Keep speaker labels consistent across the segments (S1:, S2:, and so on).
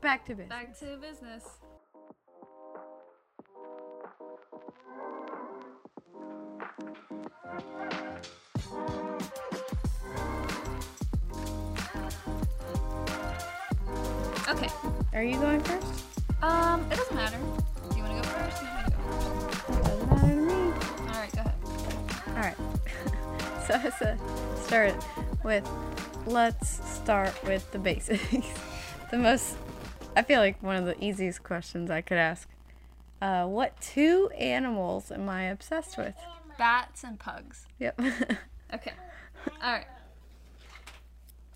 S1: Back to business.
S2: Back to business. Okay.
S1: Are you going first?
S2: Um, it doesn't matter. Do you want to go first? Do you want me to go first?
S1: Doesn't matter to me.
S2: All right, go ahead.
S1: All right. so let's uh, start with let's start with the basics. the most, I feel like one of the easiest questions I could ask. Uh, what two animals am I obsessed with?
S2: Bats and pugs.
S1: Yep.
S2: Okay. All right.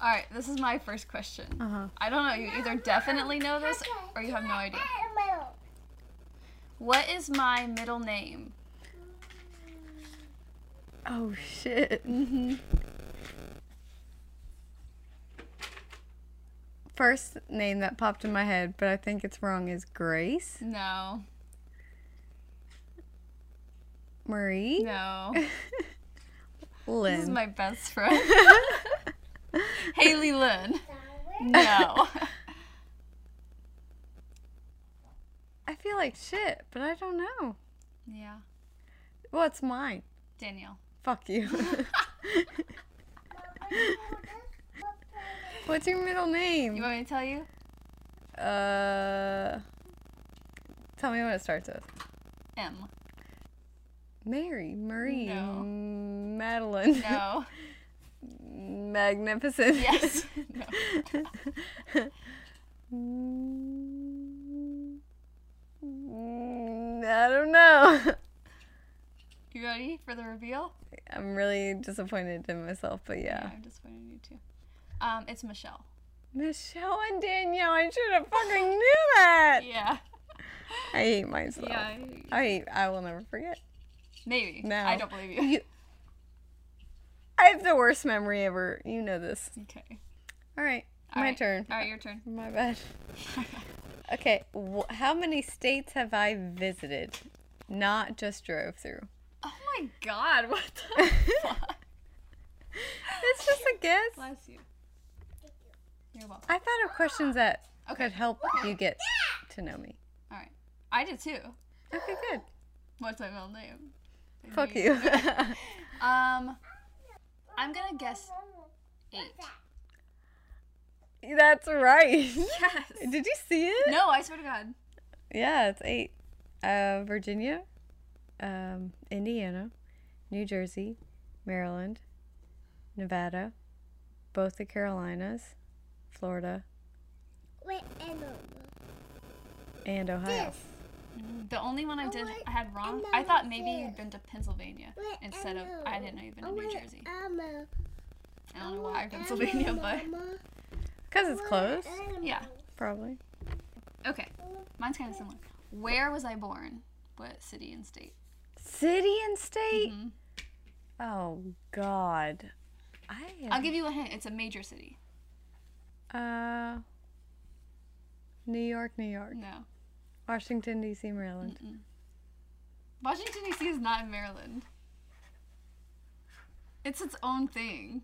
S2: All right. This is my first question.
S1: Uh-huh.
S2: I don't know. You either definitely know this or you have no idea. What is my middle name?
S1: oh shit. Mm-hmm. First name that popped in my head, but I think it's wrong, is Grace
S2: No.
S1: Marie
S2: No.
S1: Lynn.
S2: This is my best friend. Haley Lynn. No.
S1: I feel like shit, but I don't know.
S2: yeah.
S1: Well, it's mine.
S2: Danielle.
S1: Fuck you. What's your middle
S2: You
S1: name?
S2: want me to tell you?
S1: Uh, tell me what it starts with.
S2: M.
S1: Mary, Marie,
S2: No.
S1: Madeline,
S2: No.
S1: Magnificent.
S2: Yes. No.
S1: Mm, I don't know.
S2: You ready for the reveal?
S1: I'm really disappointed in myself, but yeah.
S2: I'm disappointed in you too. Um, it's Michelle.
S1: Michelle and Danielle, I should have fucking knew that.
S2: Yeah.
S1: I hate myself.
S2: Yeah. I-
S1: I I will never forget.
S2: Maybe.
S1: No.
S2: I don't believe you.
S1: You, I have the worst memory ever. You know this.
S2: Okay.
S1: All right,
S2: All
S1: my
S2: right.
S1: turn.
S2: All right, your turn. Oh
S1: My bad. Okay, wh- how many states have I visited? Not just drove through.
S2: Oh my god, what the fuck?
S1: It's just a guess.
S2: Bless you. You're welcome.
S1: I thought of questions that
S2: Okay.
S1: could help you get to know me.
S2: All right. I did too.
S1: Okay, good.
S2: What's my middle name?
S1: Fuck you.
S2: Um, I'm gonna guess eight.
S1: That's right.
S2: Yes.
S1: Did you see it?
S2: No, I swear to God.
S1: Yeah, it's eight. Uh, Virginia, um, Indiana, New Jersey, Maryland, Nevada, both the Carolinas, Florida, and Ohio.
S2: The only one I did I had wrong. I thought maybe you'd been to Pennsylvania instead of I didn't know you'd been to New Jersey. I don't know why Pennsylvania, but
S1: Because it's close,
S2: yeah.
S1: probably.
S2: Okay. Mine's kind of similar. Where was I born? What city and state?
S1: City and state?
S2: Mhm.
S1: Oh, God. I
S2: I'll
S1: am,
S2: give you a hint. It's a major city.
S1: uh, New York, New York,
S2: No.
S1: Washington, D.C., Maryland.
S2: Washington D.C. is not in Maryland. It's its own thing.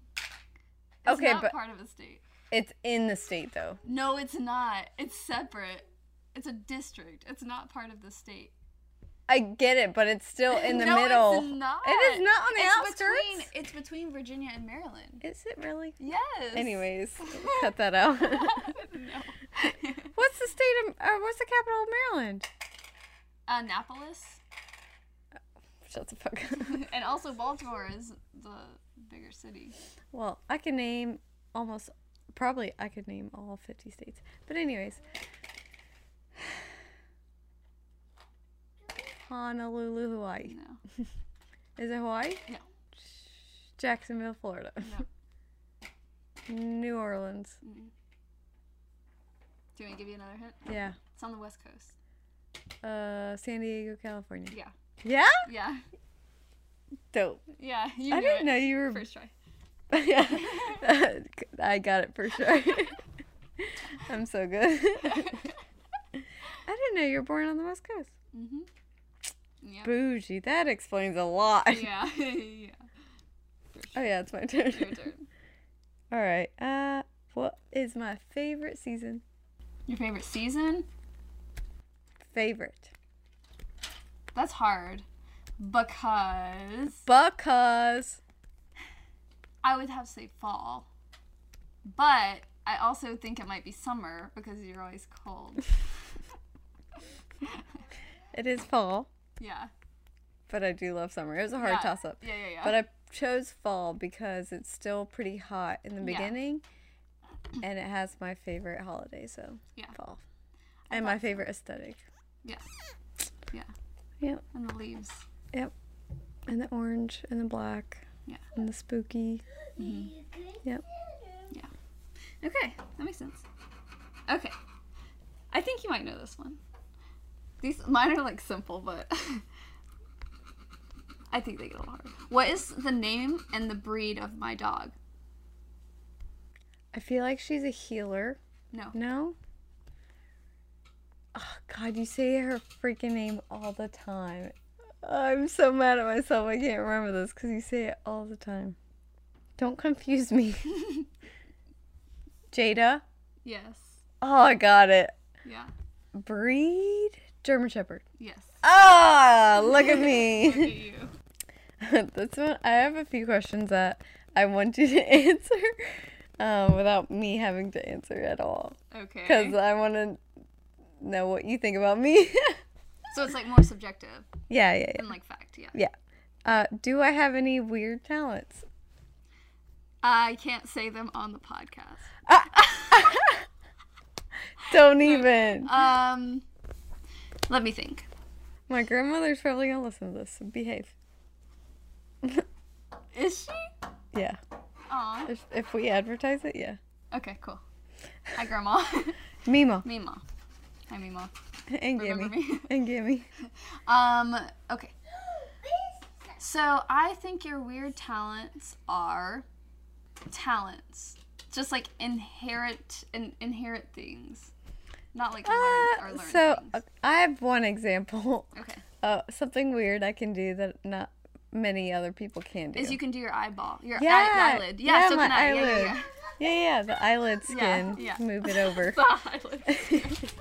S2: It's
S1: Okay,
S2: not
S1: but-
S2: part of a state.
S1: It's in the state, though.
S2: No, it's not. It's separate. It's a district. It's not part of the state.
S1: I get it, but it's still in the
S2: no,
S1: middle.
S2: It's not.
S1: It is not on the
S2: it's
S1: outskirts.
S2: Between, it's between Virginia and Maryland.
S1: Is it really?
S2: Yes.
S1: Anyways, cut that out.
S2: no. Uh,
S1: what's the state of, or what's the capital of Maryland?
S2: Annapolis
S1: Shut the fuck up.
S2: and also Baltimore is the bigger city.
S1: well, I can name almost, probably I could name all 50 states. But, anyways, Honolulu, Hawaii.
S2: No.
S1: Is it Hawaii?
S2: No.
S1: Jacksonville, Florida.
S2: No.
S1: New Orleans.
S2: Mm-hmm. Do you want me to give you another hint?
S1: Yeah.
S2: It's on the west coast.
S1: Uh, San Diego, California.
S2: Yeah.
S1: Yeah?
S2: Yeah.
S1: Dope.
S2: Yeah. You
S1: I
S2: knew
S1: didn't
S2: it.
S1: know you were
S2: First try.
S1: yeah, I got it for sure. I'm so good. I didn't know you were born on the West Coast.
S2: Mm-hmm. Yeah.
S1: Bougie. That explains a lot.
S2: yeah. yeah.
S1: Oh yeah, it's my turn.
S2: Your turn.
S1: All right. Uh, what is my favorite season?
S2: Your favorite season?
S1: Favorite.
S2: That's hard because
S1: Because
S2: I would have to say fall. But I also think it might be summer because you're always cold.
S1: it is fall,
S2: yeah.
S1: but I do love summer. It was a hard
S2: yeah.
S1: toss up.
S2: Yeah, yeah, yeah.
S1: But I chose fall because it's still pretty hot in the
S2: Yeah.
S1: beginning and it has my favorite holiday, so
S2: Yeah.
S1: fall. And my favorite aesthetic.
S2: yeah. Yeah.
S1: Yep.
S2: And the leaves.
S1: Yep. And the orange and the black.
S2: Yeah.
S1: And the spooky. Mm-hmm. Yep.
S2: Okay, that makes sense. Okay. I think you might know this one. These mine are like simple, but I think they get a little hard. What is the name and the breed of my dog?
S1: I feel like she's a healer.
S2: No.
S1: No? Oh, God, you say her freaking name all the time. I'm so mad at myself. I can't remember this because you say it all the time. Don't confuse me. Jada.
S2: Yes.
S1: Oh, I got it.
S2: Yeah.
S1: Breed? German Shepherd.
S2: Yes.
S1: Ah, look at
S2: Look at
S1: me.
S2: you.
S1: That's one. I have a few questions that I want you to answer um, without me having to answer at all. Because
S2: Okay.
S1: I want to know what you think about me.
S2: So it's like more subjective
S1: yeah, yeah, yeah.
S2: than like fact, yeah.
S1: Uh, do I have any weird talents?
S2: I can't say them on the podcast.
S1: Don't even.
S2: Um let me think.
S1: My grandmother's probably going to listen to this. so behave.
S2: Is she?
S1: Yeah.
S2: Aw.
S1: If, if we advertise it, yeah.
S2: Okay, cool. Hi grandma.
S1: Mima.
S2: Mima. Hi Mima.
S1: And
S2: Remember
S1: Gimme.
S2: me?
S1: And Gimme.
S2: Um, okay. So I think your weird talents are talents. Just like inherit and inherit things. Not like learn or
S1: Uh,
S2: learn
S1: so uh,
S2: things.
S1: I have one example.
S2: Okay.
S1: Uh, something weird I can do that not many other people can do.
S2: Is you can do your eyeball. Your eye-
S1: Yeah,
S2: eyelid. Yeah,
S1: yeah,
S2: so
S1: my
S2: can I. Yeah, yeah,
S1: eyelid.
S2: yeah.
S1: yeah, yeah, the eyelid
S2: Yeah,
S1: skin.
S2: yeah.
S1: Move it over.
S2: The eyelid.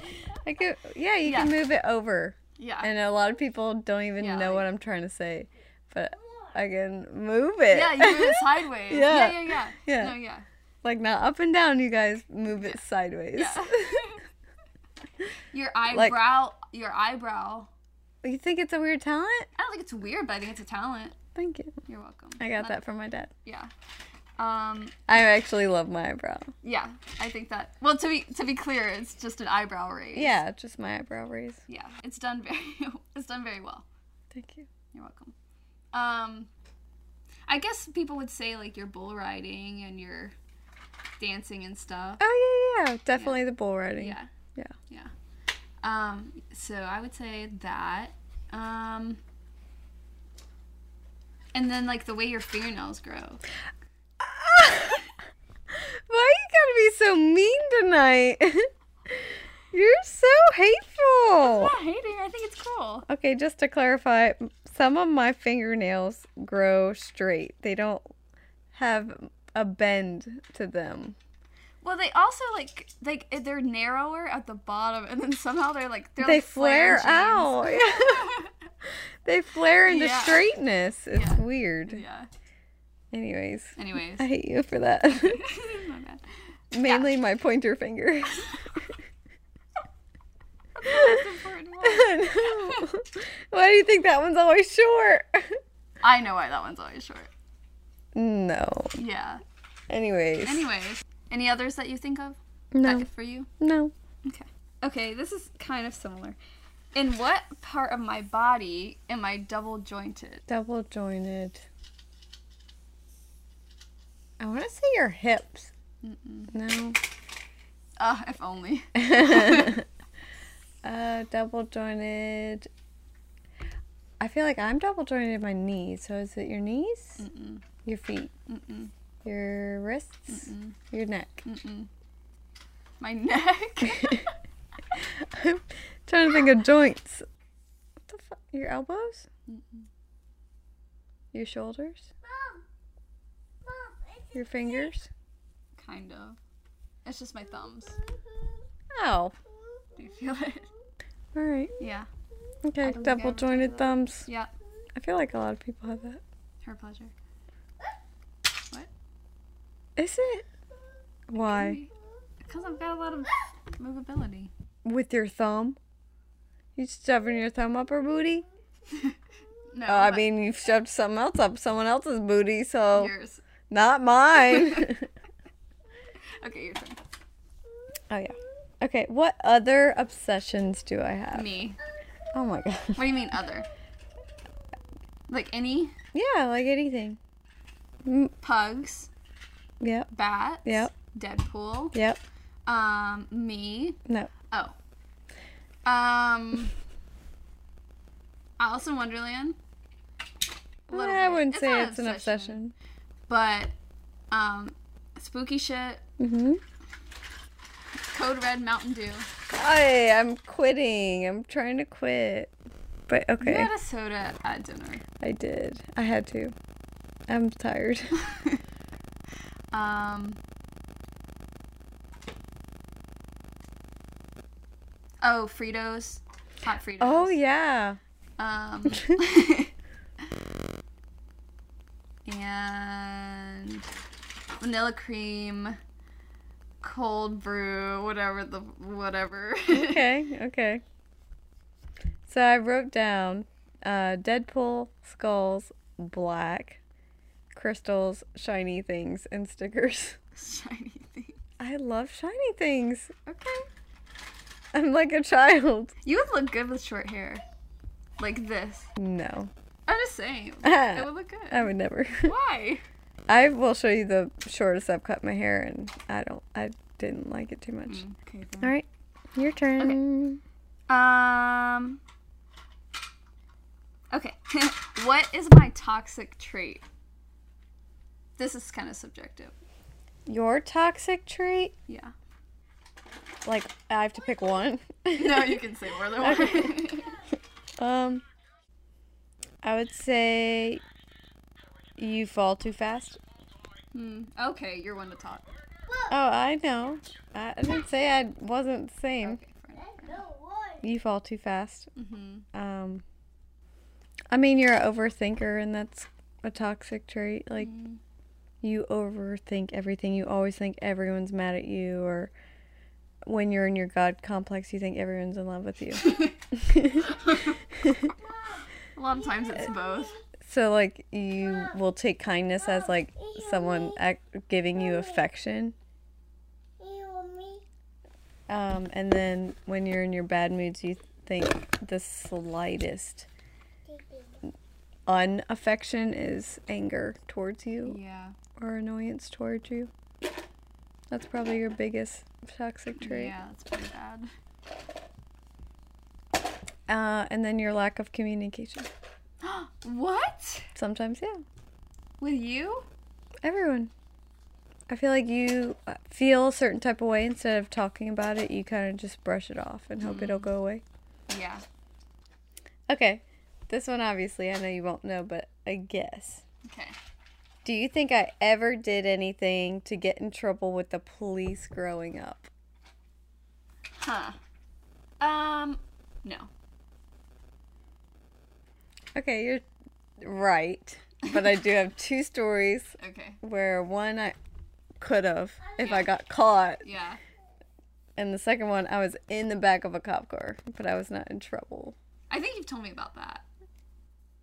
S1: I could, yeah, you can
S2: Yeah.
S1: move it over.
S2: yeah.
S1: And a lot of people don't even
S2: Yeah,
S1: know
S2: like-
S1: what I'm trying to say, but I can move it.
S2: yeah, you do it sideways.
S1: Yeah.
S2: yeah, yeah, yeah.
S1: Yeah.
S2: No, yeah.
S1: like not up and down. You guys move it sideways.
S2: Yeah. your eyebrow your eyebrow.
S1: you think it's a weird talent?
S2: I don't think it's weird, but I think it's a talent.
S1: Thank you.
S2: You're welcome.
S1: I got
S2: Not-
S1: that from my dad.
S2: Yeah. Um,
S1: I actually love my eyebrow.
S2: yeah, I think that. Well, to be to be clear, it's just an eyebrow raise.
S1: Yeah, just my eyebrow raise.
S2: Yeah, it's done very it's done very well.
S1: Thank you.
S2: You're welcome. Um, I guess people would say like your bull riding and your dancing and stuff.
S1: Oh yeah, yeah, yeah. definitely the bull riding.
S2: Yeah.
S1: Yeah.
S2: Yeah. Um, so I would say that. Um, and then like the way your fingernails grow.
S1: Why you gotta be so mean tonight? You're so hateful.
S2: Not hating. I think it's cool.
S1: Okay, just to clarify, m- some of my fingernails grow straight. They don't have a bend to them.
S2: Well, they also like like eh, they're narrower at the bottom, and then somehow they're like they're
S1: They
S2: like
S1: flare
S2: flaring
S1: out.
S2: jeans.
S1: they flare into
S2: Yeah.
S1: straightness. It's
S2: Yeah.
S1: weird.
S2: yeah.
S1: Anyways,
S2: Anyways,
S1: I hate you for that.
S2: my bad.
S1: Mainly my pointer finger.
S2: That's important one.
S1: Why do you think that one's always short?
S2: I know why that one's always short.
S1: no.
S2: Yeah.
S1: Anyways.
S2: Anyways, any others that you think of
S1: no.
S2: that for you?
S1: No.
S2: Okay. Okay, this is kind of similar. In what part of my body am I double jointed?
S1: Double jointed. I want to say your hips. No.
S2: Ah, if only.
S1: Uh, double jointed. I feel like I'm double jointed in my knees. So is it your knees?
S2: Mm-mm.
S1: Your feet?
S2: Mm-mm.
S1: Your wrists? Your neck?
S2: Mm-mm. My neck.
S1: I'm trying to think of joints. What the fuck? Your elbows? Your shoulders? Your fingers?
S2: kind of. It's just my thumbs.
S1: Ow.
S2: Do you feel it?
S1: All right.
S2: Yeah.
S1: Okay.
S2: don't think I
S1: Double
S2: ever
S1: jointed thumbs.
S2: Yeah.
S1: I feel like a lot of people have that.
S2: Her pleasure.
S1: Is it? Why?
S2: Because I've got a lot of movability.
S1: With your thumb? You shoving your thumb up her booty?
S2: No.
S1: Oh, I
S2: but
S1: mean, oh. you've shoved something else up someone else's booty, so
S2: yours.
S1: not mine.
S2: Okay, your turn.
S1: oh yeah. Okay. What other obsessions do I have?
S2: Me.
S1: Oh my god.
S2: What do you mean other? Like any
S1: Yeah, like anything. Mm,
S2: pugs,
S1: Yep.
S2: bats,
S1: Yep.
S2: Deadpool,
S1: Yep.
S2: um, me.
S1: No.
S2: Oh. Um Alice in Wonderland. A little
S1: I
S2: bit.
S1: wouldn't say
S2: not
S1: it's an obsession.
S2: But um spooky shit,
S1: Mm-hmm.
S2: Code Red Mountain Dew.
S1: I, I'm quitting. I'm trying to quit. But okay,
S2: You had a soda at dinner.
S1: I did. I had to. I'm tired.
S2: Um Oh, Fritos. Hot Fritos.
S1: oh yeah.
S2: Um, and vanilla cream, cold brew, whatever the whatever.
S1: Okay. Okay. So I wrote down uh, Deadpool skulls black crystals shiny things and stickers.
S2: Shiny thing.
S1: I love shiny things.
S2: Okay.
S1: I'm like a child.
S2: You would look good with short hair, like this.
S1: No,
S2: I'm just saying, it
S1: I
S2: would look good.
S1: would never.
S2: Why?
S1: I will show you the shortest I've cut my hair, and I don't. I didn't like it too much.
S2: Okay.
S1: All right, your turn.
S2: Um. Okay. what is my toxic trait? This is kind of subjective.
S1: Your toxic trait?
S2: Yeah.
S1: Like I have to pick one.
S2: No, you can say more than one.
S1: um, I would say you fall too fast.
S2: Hmm, okay, you're one to talk.
S1: Oh, I know. I, I didn't say I wasn't the same.
S2: Okay, fair enough.
S1: You fall too fast.
S2: Mhm.
S1: Um, I mean you're an overthinker, and that's a toxic trait. Like you overthink everything. You always think everyone's mad at you, or when you're in your god complex, you think everyone's in love with you.
S2: A lot of times it's both.
S1: So like you will take kindness as like someone ac- giving you affection. Um, and then when you're in your bad moods, you think the slightest unaffection is anger towards you
S2: Yeah.
S1: or annoyance towards you. That's probably your biggest toxic trait.
S2: Yeah, that's pretty bad.
S1: Uh, and then your lack of communication.
S2: What?
S1: Sometimes, yeah.
S2: With you?
S1: Everyone. I feel like you uh, feel a certain type of way instead of talking about it, you kind of just brush it off and hope it'll go away.
S2: Yeah.
S1: Okay. This one, obviously, I know you won't know, but I guess.
S2: Okay.
S1: Do you think I ever did anything to get in trouble with the police growing up?
S2: Huh. Um, no.
S1: Okay, you're right. But I do have two stories
S2: Okay.
S1: where one I could have if I got caught,
S2: Yeah.
S1: and the second one I was in the back of a cop car, but I was not in trouble,
S2: I think you've told me about that.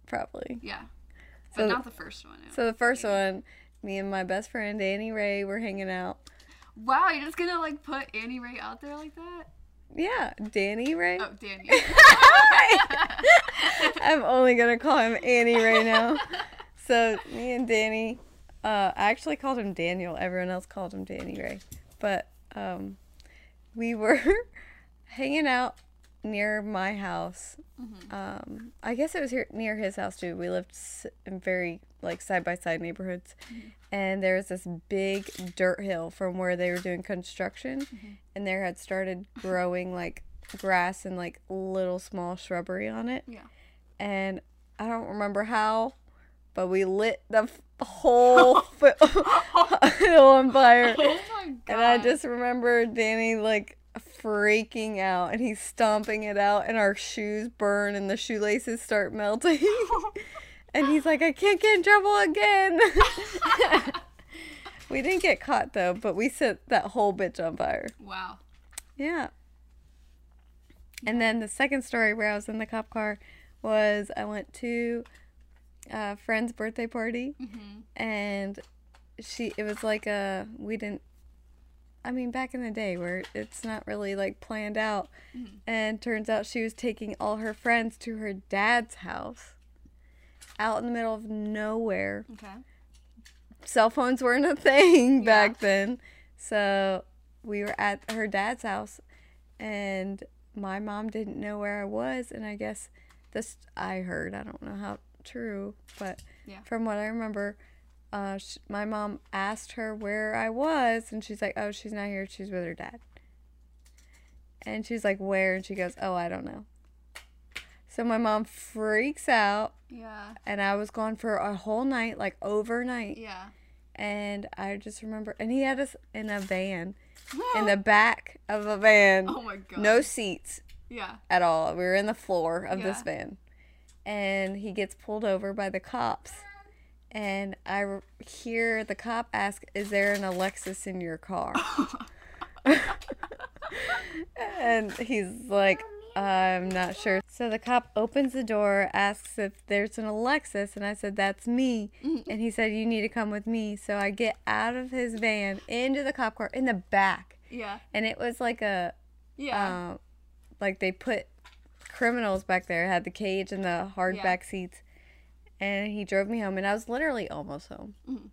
S1: probably.
S2: Yeah. But
S1: So-
S2: not the first one.
S1: So the first one, me and my best friend Annie Ray were hanging out.
S2: wow, you're just gonna like put Annie Ray out there like that?
S1: Yeah, Danny Ray.
S2: Oh, Danny.
S1: I'm only gonna call him Annie right now. So me and Danny, uh, I actually called him Daniel. Everyone else called him Danny Ray, but um, we were hanging out near my house. Um, I guess it was here near his house too. We lived s- in very like side by side neighborhoods, and there was this big dirt hill from where they were doing construction, and there had started growing like grass and like little small shrubbery on it
S2: yeah.
S1: and I don't remember how, but we lit the f- whole f- hill on fire.
S2: Oh my god.
S1: And I just remember Danny like freaking out and he's stomping it out and our shoes burn and the shoelaces start melting. and he's like, I can't get in trouble again. we didn't get caught though, but we set that whole bitch on fire.
S2: Wow.
S1: Yeah. And then the second story where I was in the cop car was I went to a friend's birthday party and she it was like a we didn't I mean back in the day where it's not really like planned out and turns out she was taking all her friends to her dad's house out in the middle of nowhere
S2: Okay.
S1: cell phones weren't a thing back
S2: Yeah.
S1: then. So we were at her dad's house, and my mom didn't know where I was. And I guess this I heard, I don't know how true, but
S2: Yeah.
S1: from what I remember, uh, sh- my mom asked her where I was, and she's like, Oh, she's not here. She's with her dad. And she's like, Where? And she goes, Oh, I don't know. So my mom freaks out,
S2: Yeah.
S1: and I was gone for a whole night, like overnight
S2: Yeah.
S1: and I just remember, and he had us in a van, in the back of a van,
S2: oh my god.
S1: no seats
S2: Yeah.
S1: at all. We were in the floor of this
S2: Yeah.
S1: van, and he gets pulled over by the cops, and I r- hear the cop ask, "Is there an Alexis in your car?" and he's like, "I'm not sure." So the cop opens the door, asks if there's an Alexis, and I said, "That's me." And he said, "You need to come with me." So I get out of his van into the cop car in the back,
S2: Yeah.
S1: and it was like a
S2: Yeah.
S1: uh, like they put criminals back there had the cage and the hard
S2: Yeah.
S1: back seats and he drove me home and i was literally almost home
S2: Mm-hmm.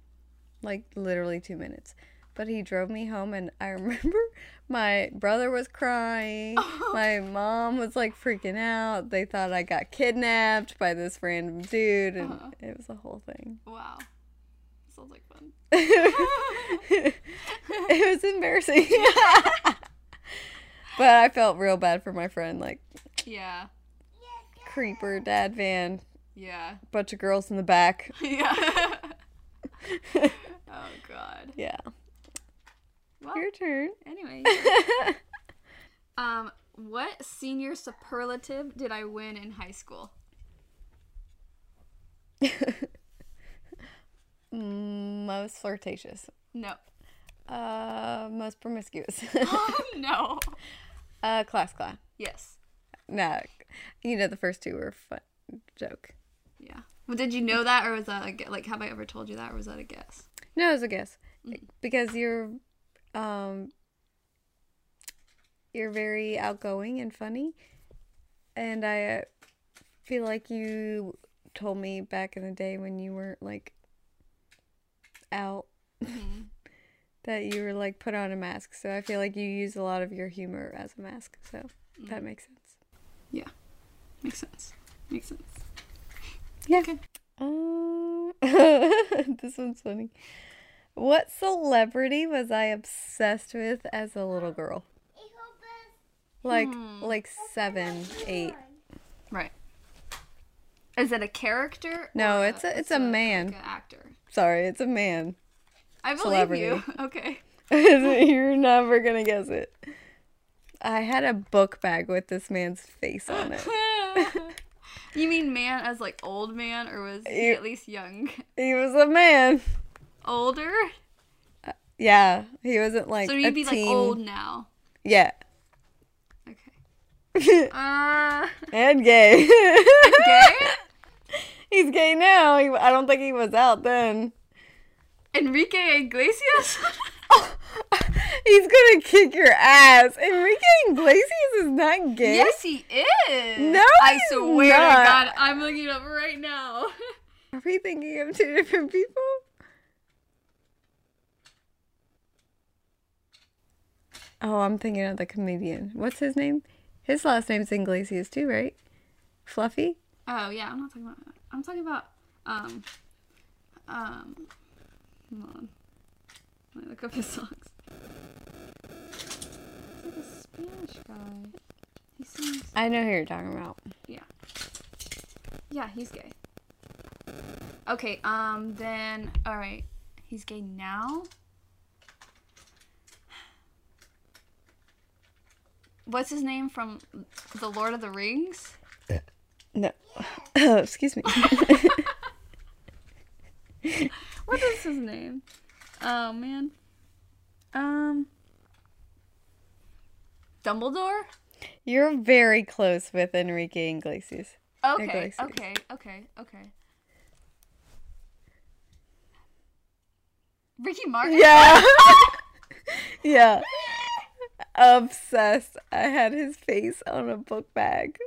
S1: like literally two minutes but he drove me home and i remember my brother was crying
S2: Oh.
S1: my mom was like freaking out they thought i got kidnapped by this random dude and
S2: Uh-huh.
S1: it was a whole thing
S2: wow. Sounds like fun.
S1: it was embarrassing but i felt real bad for my friend like
S2: Yeah.
S1: creeper dad van
S2: Yeah.
S1: bunch of girls in the back
S2: Yeah. oh god.
S1: yeah
S2: Well,
S1: your turn
S2: anyway. um, what senior superlative did I win in high school?
S1: Mm, most flirtatious
S2: No.
S1: uh most promiscuous
S2: Oh no.
S1: uh class class
S2: Yes.
S1: nah you know the first two were fun joke
S2: Yeah. Well, did you know that, or was that a gue- like? Have I ever told you that, or was that a guess?
S1: no it was a guess because you're um you're very outgoing and funny and i uh, feel like you told me back in the day when you weren't like out that you were like put on a mask. So I feel like you use a lot of your humor as a mask. So that makes sense.
S2: Yeah. Makes sense. Makes sense.
S1: Yeah.
S2: Okay.
S1: Um, this one's funny. What celebrity was I obsessed with as a little girl? Like
S2: Hmm.
S1: like seven, eight.
S2: Right. Is it a character?
S1: No,
S2: or
S1: it's a it's a
S2: like
S1: man.
S2: an actor.
S1: Sorry, it's a man.
S2: I believe you. Okay.
S1: You're never gonna guess it. I had a book bag with this man's face on it.
S2: you mean man as like old man, or was he
S1: You-
S2: at least young?
S1: He was a man.
S2: Older?
S1: Yeah, he wasn't like
S2: So
S1: a
S2: you'd be like
S1: teen.
S2: old now.
S1: Yeah,
S2: Okay. Uh,
S1: and gay.
S2: gay?
S1: He's gay now. He, I don't think he was out then.
S2: Enrique Iglesias?
S1: He's gonna kick your ass. Enrique Iglesias is not gay.
S2: yes, he is.
S1: No,
S2: I
S1: he's
S2: swear to
S1: not.
S2: God, I'm looking it up right now.
S1: Are we thinking of two different people? Oh, I'm thinking of the comedian. What's his name? His last name's Iglesias too, right? Fluffy?
S2: Oh yeah, I'm not talking about. that. I'm talking about um um. Hold on. Let me look up his songs. It's like a Spanish guy. He sings.
S1: I know who you're talking about.
S2: Yeah. Yeah, he's gay. Okay. Um. Then. All right. He's gay now. what's his name from the Lord of the Rings?
S1: No. Excuse me.
S2: What is his name? Oh man. Um. Dumbledore.
S1: You're very close with Enrique Iglesias.
S2: Okay.
S1: Iglesias.
S2: Okay. Okay. Okay. Ricky Martin.
S1: Yeah. yeah. Obsessed. I had his face on a book bag.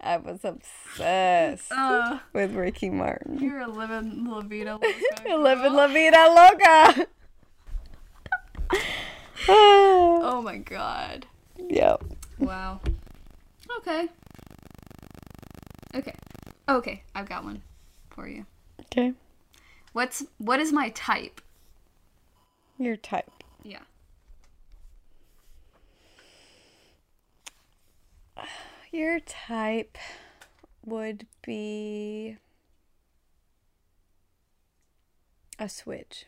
S1: I was obsessed
S2: Uh,
S1: with Ricky Martin.
S2: you're a living La Vida
S1: I
S2: Loca.
S1: live in La Vida Loca. oh.
S2: Oh my god.
S1: Yep.
S2: Wow. Okay. Okay. Okay, I've got one for you.
S1: Okay.
S2: What's what is my type?
S1: Your type.
S2: Yeah.
S1: Your type would be a switch.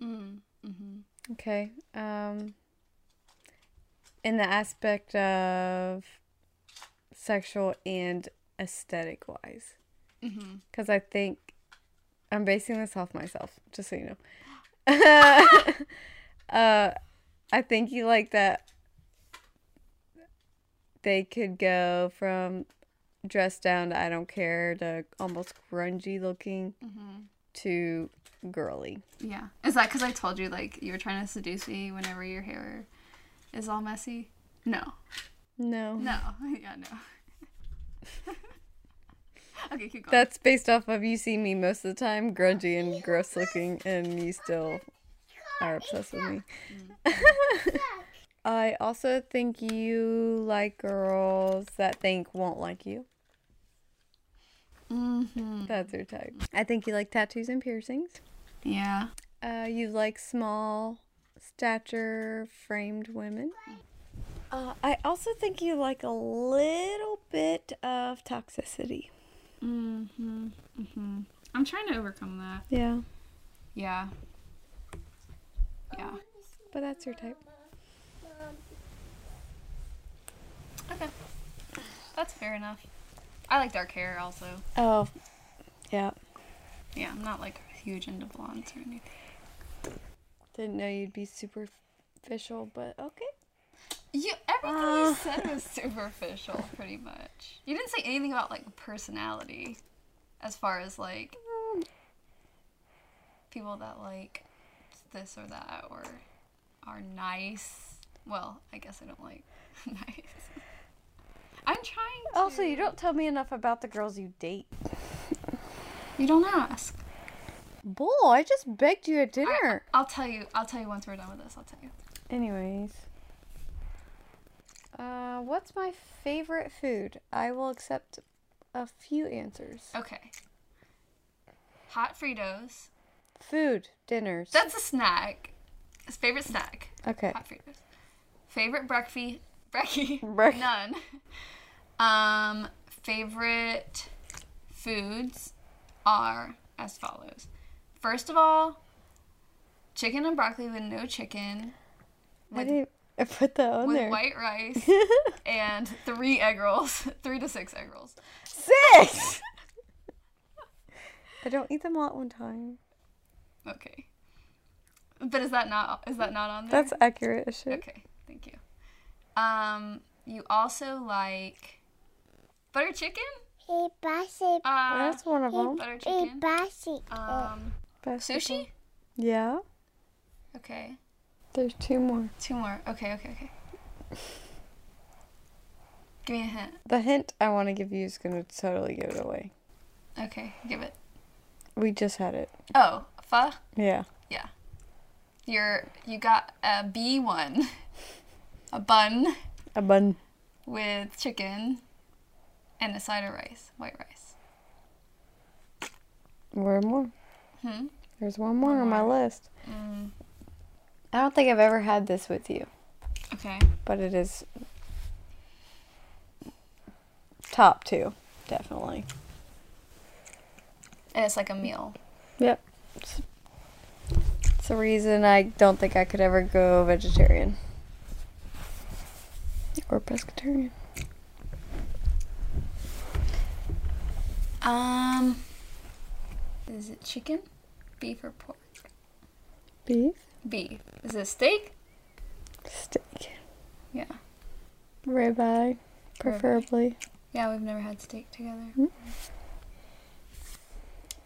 S2: Mm. Mhm.
S1: Okay. Um, in the aspect of sexual and aesthetic wise.
S2: Mhm.
S1: Because I think I'm basing this off myself, just so you know. uh, I think you like that they could go from dressed down to I don't care to almost grungy looking to girly.
S2: Yeah. Is that cuz I told you like you were trying to seduce me whenever your hair is all messy? No.
S1: No.
S2: No. Yeah, no. okay, keep going.
S1: That's based off of you see me most of the time, grungy and gross looking, and you still are obsessed with me. I also think you like girls that think won't like you.
S2: mhm.
S1: That's your type. I think you like tattoos and piercings.
S2: Yeah.
S1: Uh, you like small, stature framed women. Uh, I also think you like a little bit of toxicity.
S2: Mhm. Mhm. I'm trying to overcome that.
S1: Yeah,
S2: Yeah. Yeah.
S1: but that's your type.
S2: Oh, Okay. That's fair enough. I like dark hair also.
S1: Oh, yeah.
S2: Yeah, I'm not like huge into blondes or anything.
S1: Didn't know you'd be superficial, but okay.
S2: You everything you said was superficial pretty much. You didn't say anything about like personality as far as like people that like this or that or are nice. Well, I guess I don't like nice. I'm trying to
S1: Also, Oh, you don't tell me enough about the girls you date.
S2: You don't ask.
S1: Bull, I just begged you at dinner.
S2: I'll tell you I'll tell you once we're done with this, I'll tell you.
S1: Anyways. Uh, what's my favorite food? I will accept a few answers.
S2: Okay. Hot Fritos.
S1: Food, dinners.
S2: That's a snack. His favorite snack.
S1: Okay.
S2: Hot Fritos. Favorite breakfast. Brekkie.
S1: Brec-
S2: None. Um, favorite foods are as follows. First of all, chicken and broccoli with no chicken,
S1: I didn't I put that on
S2: with
S1: there.
S2: white rice, and three egg rolls. three to six egg rolls.
S1: Six! I don't eat them all at one time.
S2: Okay. But is that not is that not on there?
S1: That's accurate as shit.
S2: Okay, thank you. Um, you also like butter chicken?
S3: Hey, Bassy.
S2: Uh,
S1: That's one of them.
S2: butter
S3: Hey,
S2: chicken.
S3: Bassy.
S2: Um,
S1: Best of them.
S2: sushi?
S1: Yeah.
S2: Okay,
S1: There's two more.
S2: two more. Okay, okay, okay. Give me a hint.
S1: The hint I want to give you is going to totally give it away.
S2: Okay, give it.
S1: We just had it.
S2: Oh, pho?
S1: Yeah.
S2: Yeah. You're you got a B one, a bun
S1: A bun.
S2: with chicken, and a side of rice, white rice.
S1: One more.
S2: Hmm.
S1: There's one more Mm. on my list. I don't think I've ever had this with you,
S2: Okay.
S1: but it is top two, definitely.
S2: And it's like a meal.
S1: Yep. It's, it's the reason I don't think I could ever go vegetarian. Or Presbyterian.
S2: Um, is it chicken, beef, or pork?
S1: Beef?
S2: Beef. Is it steak?
S1: Steak.
S2: Yeah.
S1: Ribeye, preferably.
S2: Yeah, we've never had steak together.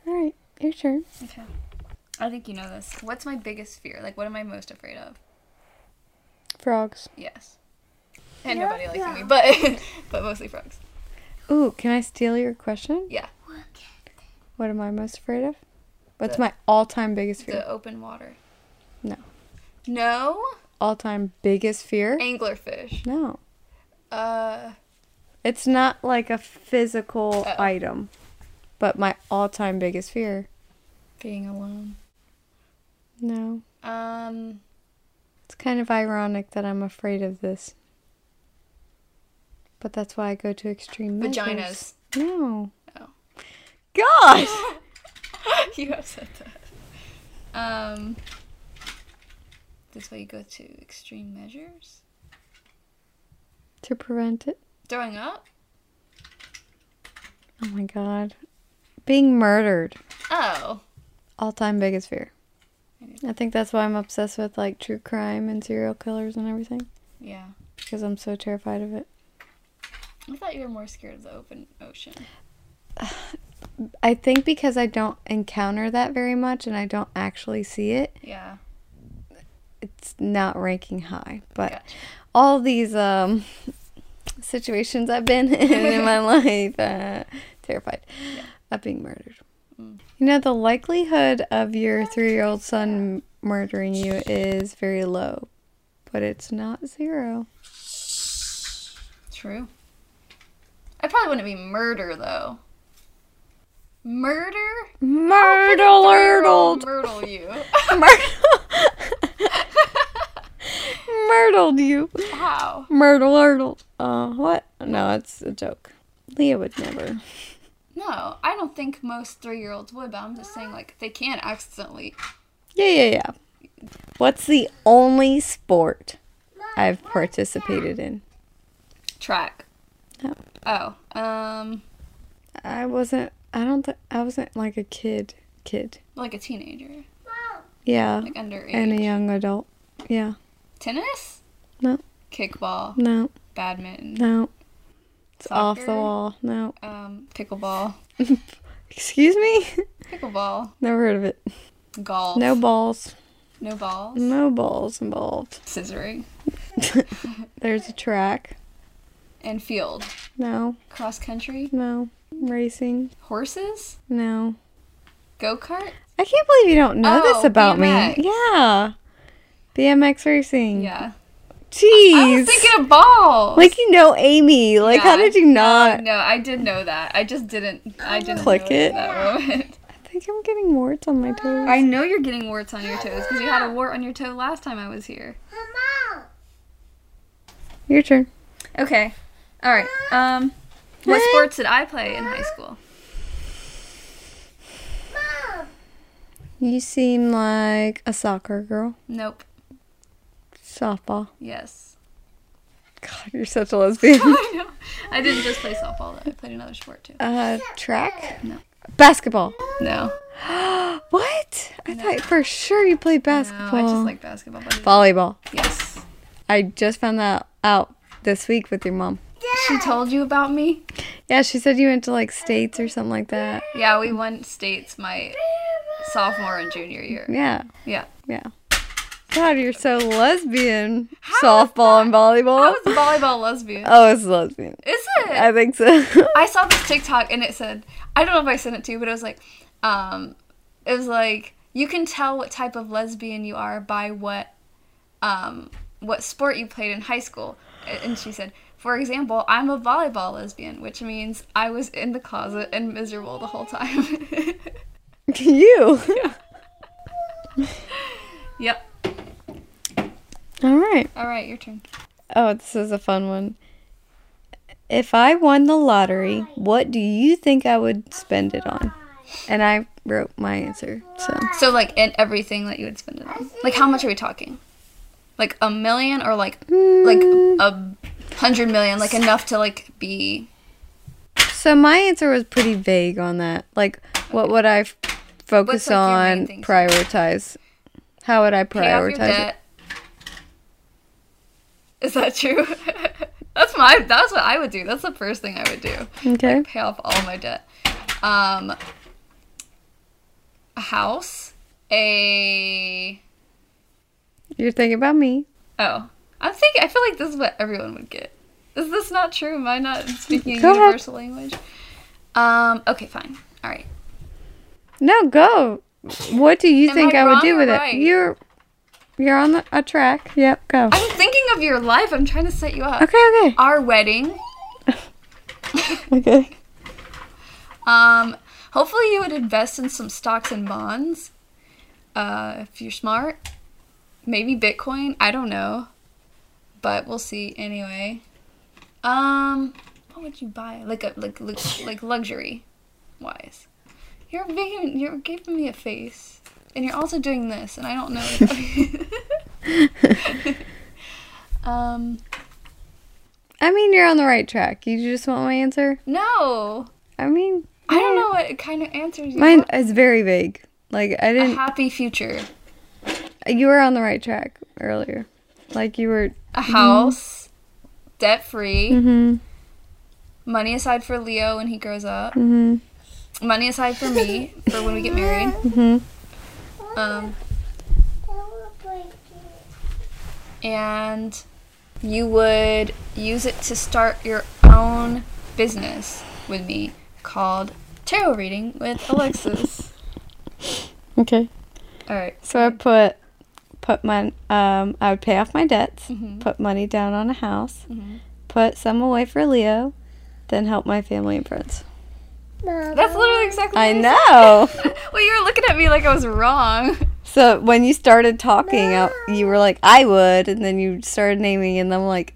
S1: All right, your turn.
S2: Okay. I think you know this. What's my biggest fear? Like, what am I most afraid of?
S1: Frogs.
S2: Yes. And nobody likes me, but but mostly frogs.
S1: Ooh, can I steal your question?
S2: Yeah.
S1: What am I most afraid of? What's
S2: The-
S1: my all-time biggest fear?
S2: The open water.
S1: No.
S2: No
S1: All-time biggest fear?
S2: anglerfish.
S1: No.
S2: Uh,
S1: It's not like a physical
S2: Uh-oh.
S1: item, but my all-time biggest fear.
S2: being alone.
S1: No.
S2: Um,
S1: It's kind of ironic that I'm afraid of this. But that's why I go to extreme measures.
S2: vaginas.
S1: No.
S2: Oh.
S1: Gosh!
S2: you have said that. Um, this way you go to extreme measures.
S1: to prevent it.
S2: Throwing up.
S1: Oh my god. Being murdered.
S2: Oh.
S1: All-time biggest fear.
S2: I knew
S1: I think that's why I'm obsessed with like true crime and serial killers and everything
S2: Yeah.
S1: because I'm so terrified of it.
S2: I thought you were more scared of the open ocean.
S1: I think because I don't encounter that very much and I don't actually see it,
S2: Yeah.
S1: it's not ranking high. But
S2: Gotcha.
S1: all these um, situations I've been in in my life, uh, terrified of being murdered.
S2: Mm.
S1: You know, the likelihood of your three year old son murdering you is very low, but it's not zero.
S2: True. I probably wouldn't be murder though. Murder?
S1: Myrtle
S2: Myrtle,
S1: Myrtled!
S2: Myrtle you.
S1: Myrtled you!
S2: How?
S1: Myrtle Myrtled. Uh, what? No, it's a joke. Leah would never.
S2: No, I don't think most three year olds would, but I'm just saying like they can accidentally.
S1: Yeah, yeah, yeah. What's the only sport I've participated in?
S2: Track.
S1: No.
S2: Oh. Um
S1: I wasn't. I don't. Th- I wasn't like a kid. Kid.
S2: like a teenager.
S1: Yeah.
S2: Like underage.
S1: And a young adult. Yeah.
S2: Tennis?
S1: uh, No.
S2: Kickball.
S1: No.
S2: Badminton.
S1: No. It's off the
S2: Soccer?
S1: wall. No.
S2: Um pickleball.
S1: Excuse me.
S2: Pickleball.
S1: Never heard of it.
S2: Golf.
S1: No balls.
S2: No balls.
S1: No balls involved.
S2: Scissoring.
S1: There's a track.
S2: And field.
S1: No.
S2: Cross country.
S1: No. Racing.
S2: Horses?
S1: No.
S2: Go kart?
S1: I can't believe you don't know
S2: Oh,
S1: this about
S2: BMX.
S1: me. Yeah. BMX racing.
S2: Yeah. I
S1: Jeez.
S2: was thinking of balls.
S1: like you know Amy. Like how
S2: Yeah. Um,
S1: did you not?
S2: No, I did know that. I just didn't. I didn't
S1: Click
S2: know
S1: it.
S2: at that moment.
S1: I think I'm getting warts on my toes.
S2: I know you're getting warts on your toes because you had a wart on your toe last time I was here.
S1: Your turn.
S2: Okay. All right. Um, what sports did I play in high school?
S1: You seem like a soccer girl.
S2: Nope.
S1: Softball.
S2: Yes.
S1: God, you're such a lesbian.
S2: I know. I didn't just play softball. Though. I played another sport too.
S1: uh, track.
S2: No.
S1: Basketball.
S2: No.
S1: what? I thought for sure you played basketball.
S2: No, I just like basketball. But I didn't-
S1: volleyball.
S2: yes.
S1: I just found that out this week with your mom.
S2: She told you about me.
S1: Yeah, she said you went to like states or something like that.
S2: Yeah, we won states my sophomore and junior year.
S1: Yeah,
S2: Yeah.
S1: yeah. God, you're so lesbian. Softball and
S2: I
S1: volleyball.
S2: was a volleyball lesbian.
S1: Oh, it's lesbian.
S2: Is it?
S1: I think so.
S2: I saw this TikTok and it said, I don't know if I sent it to you, but it was like, um, it was like you can tell what type of lesbian you are by what, um, what sport you played in high school. A- And she said, for example, I'm a volleyball lesbian, which means I was in the closet and miserable the whole time.
S1: you.
S2: yep.
S1: All right.
S2: All right, your turn.
S1: Oh, this is a fun one. If I won the lottery, what do you think I would spend it on? And I wrote my answer. So
S2: So like in everything that you would spend it on, like how much are we talking? Like a million or like like a Hundred million, like enough to like be.
S1: So my answer was pretty vague on that. Like, what would I f- focus
S2: What's, like, your main
S1: on,
S2: things?
S1: prioritize? How would I
S2: Pay off your
S1: prioritize it?
S2: debt. Is that true? that's my. That's what I would do. That's the first thing I would do.
S1: Okay.
S2: Pay off all my debt. Um. A house. A.
S1: You're thinking about me.
S2: Oh, I'm thinking. I feel like this is what everyone would get. Is this not true? Am I not speaking a
S1: Go ahead.
S2: universal language? Um. Okay. Fine. All right.
S1: No, go. What do you
S2: Am
S1: think
S2: I
S1: I, would
S2: wrong
S1: do
S2: or
S1: with
S2: right?
S1: it? You're you're on the, a track. Yep, go.
S2: I'm thinking of your life. I'm trying to set you up.
S1: okay, okay.
S2: Our wedding.
S1: Okay.
S2: Um. Hopefully, you would invest in some stocks and bonds. Uh, if you're smart, maybe Bitcoin. I don't know, but we'll see anyway. Um. What would you buy? Like a like lu- like luxury, wise. You're making you're giving me a face, and you're also doing this, and I don't know. if- um.
S1: I mean, you're on the right track. You just want my answer?
S2: No.
S1: I mean,
S2: I don't know what kind of answers you
S1: mine
S2: want.
S1: is very vague. Like I
S2: A
S1: didn't
S2: happy future. Uh-huh.
S1: you were on the right track earlier. Like you were
S2: A house. Debt free.
S1: Mhm.
S2: Money aside for Leo when he grows up.
S1: Mhm.
S2: Money aside for me for when we get married.
S1: Mhm.
S2: Um, and you would use it to start your own business with me called Tarot Reading with Alexis.
S1: Okay.
S2: All right.
S1: So I put put my um I would pay off my debts,
S2: Mhm.
S1: put money down on a house,
S2: Mhm.
S1: put some away for Leo, then help my family and friends.
S2: That's literally exactly
S1: I
S2: what
S1: know.
S2: said. well, you were looking at me like I was wrong.
S1: so when you started talking out, you were like I would and then you started naming and I'm like,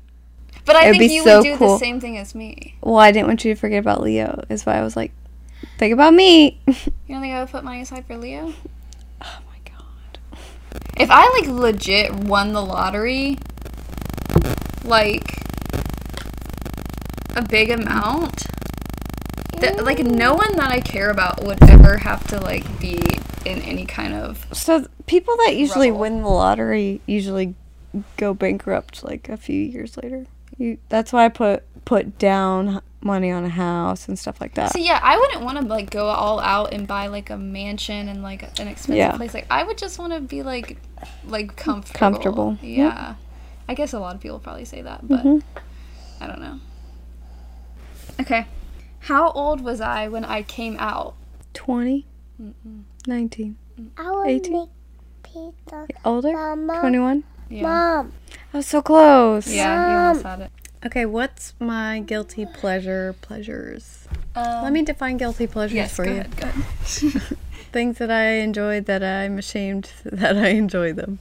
S2: But I
S1: It'd
S2: think
S1: be
S2: you
S1: so
S2: would do
S1: cool.
S2: the same thing as me.
S1: "Well, I didn't want you to forget about Leo." Is why I was like, "Think about me." oh
S2: You don't think I would put money aside for Leo?
S1: my god.
S2: If I like legit won the lottery, like a big amount, th- like no one that I care about would ever have to like be in any kind of.
S1: So th- people that usually
S2: Rubble.
S1: win the lottery usually go bankrupt like a few years later. You, that's why I put put down h- money on a house and stuff like that.
S2: So yeah, I wouldn't want to like go all out and buy like a mansion and like an expensive
S1: Yeah.
S2: place. Like I would just want to be like, like comfortable.
S1: Comfortable, yep.
S2: Yeah. I guess a lot of people probably say that, but
S1: Mhm.
S2: I don't know. Okay. How old was I when I came out?
S1: 20, 19.
S3: I will
S1: 18?
S3: make pizza.
S1: Older?
S3: Mama.
S1: 21?
S2: Yeah.
S3: Mom.
S1: I was so close.
S2: Yeah, you almost had it.
S1: Okay, what's my guilty pleasure pleasures?
S2: Um,
S1: Let me define guilty pleasures
S2: yes,
S1: for
S2: go
S1: you.
S2: ahead, go ahead.
S1: Things that I enjoy that I'm ashamed that I enjoy them.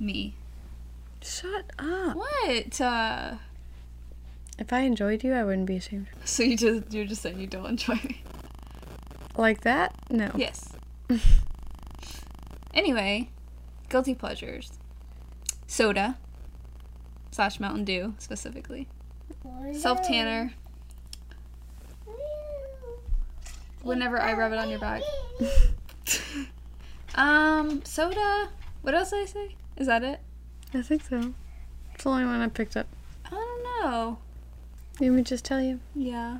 S2: me.
S1: Shut up.
S2: What? Uh,
S1: If I enjoyed you, I wouldn't be ashamed.
S2: so you just you're just saying you don't enjoy me?
S1: Like that? No.
S2: Yes. anyway, guilty pleasures. Soda. Slash Mountain Dew specifically. Self tanner. Whenever I rub it on your back. um, soda. What else did I say? Is that it?
S1: I think so. It's the only one I picked up.
S2: I don't know.
S1: Let me just tell you.
S2: Yeah.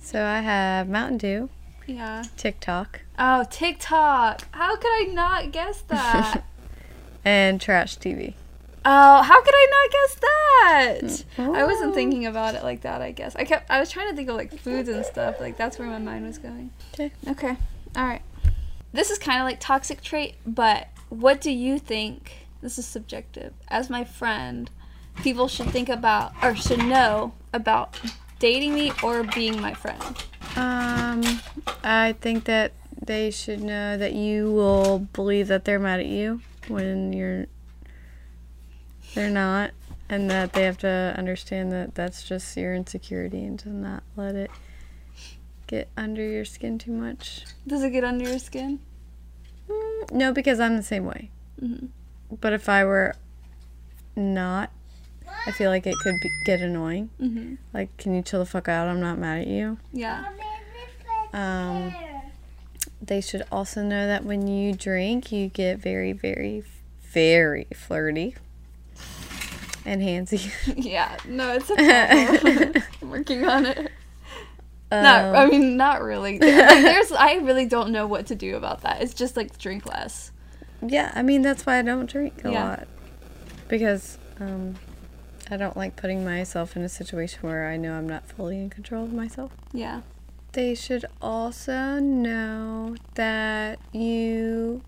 S1: So I have Mountain Dew,
S2: Yeah.
S1: TikTok,
S2: Oh, TikTok. How could I not guess that?
S1: and trash TV.
S2: oh, how could I not guess that? I
S1: Oh.
S2: wasn't thinking about it like that, I guess. I kept I was trying to think of like foods and stuff. Like that's where my mind was going.
S1: 'Kay.
S2: Okay. All right. This is kind of like toxic trait, but what do you think? This is subjective. As my friend, people should think about or should know about dating me or being my friend.
S1: Um, I think that they should know that you will believe that they're mad at you when you're they're not, and that they have to understand that that's just your insecurity and to not let it get under your skin too much.
S2: Does it get under your skin?
S1: Mm,
S2: Mm-hmm.
S1: No, because I'm the same way.
S2: Mhm.
S1: But if I were not I feel like it could be, get annoying.
S2: Mm-hmm.
S1: Like, can you chill the fuck out? I'm not mad at you.
S2: Yeah.
S1: Um, they should also know that when you drink, you get very, very, very flirty and handsy.
S2: Yeah. No, it's a problem. I'm working on it. not, I
S1: Um,
S2: mean, not really. Like, there's, I really don't know what to do about that. It's just like drink less.
S1: yeah, I mean, that's why I don't drink a
S2: Yeah.
S1: lot because um, I don't like putting myself in a situation where I know I'm not fully in control of myself.
S2: Yeah.
S1: They should also know that you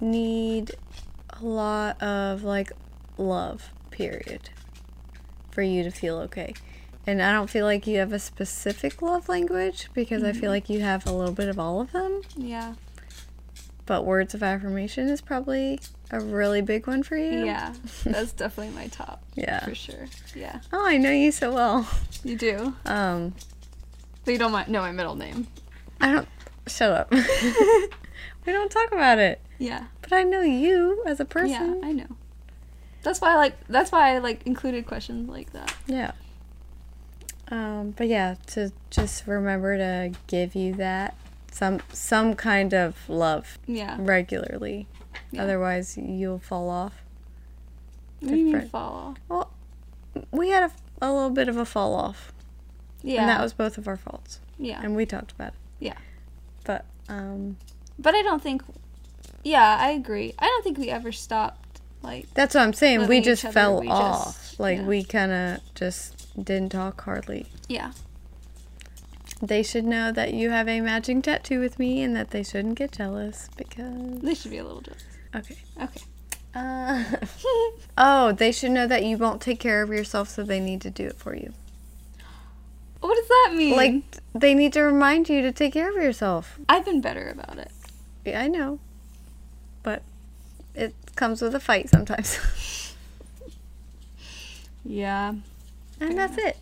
S1: need a lot of like love, period, for you to feel okay. And I don't feel like you have a specific love language because
S2: Mm-hmm.
S1: I feel like you have a little bit of all of them.
S2: Yeah.
S1: But words of affirmation is probably a really big one for you.
S2: Yeah. That's definitely my top.
S1: Yeah.
S2: For sure. Yeah.
S1: Oh, I know you so well.
S2: You do.
S1: Um,
S2: But you don't mi- know my middle name.
S1: I don't. Shut up. we don't talk about it.
S2: Yeah.
S1: But I know you as a
S2: Yeah,
S1: person.
S2: I know. That's why I like that's why I like included questions like that.
S1: Yeah. Um, but yeah, to just remember to give you that some some kind of love
S2: Yeah.
S1: regularly.
S2: Yeah.
S1: Otherwise, you'll fall off.
S2: What do you mean
S1: different.
S2: fall?
S1: We had a, a little bit of a fall off,
S2: Yeah.
S1: and that was both of our faults,
S2: yeah.
S1: and we talked about it.
S2: Yeah.
S1: But um,
S2: But I don't think Yeah, I agree. I don't think we ever stopped like
S1: that's what I'm saying. we
S2: Loving
S1: just
S2: each other,
S1: fell
S2: we
S1: off.
S2: just-
S1: like
S2: yeah.
S1: we kind of just didn't talk hardly.
S2: yeah.
S1: They should know that you have a matching tattoo with me, and that they shouldn't get jealous because
S2: This should be a little jealous.
S1: okay.
S2: Okay.
S1: Uh, oh, they should know that you won't take care of yourself, so they need to do it for you.
S2: What does that mean?
S1: Like, they need to remind you to take care of yourself.
S2: I've been better about it.
S1: Yeah, I know. But it comes with a fight sometimes.
S2: Yeah.
S1: and that's it.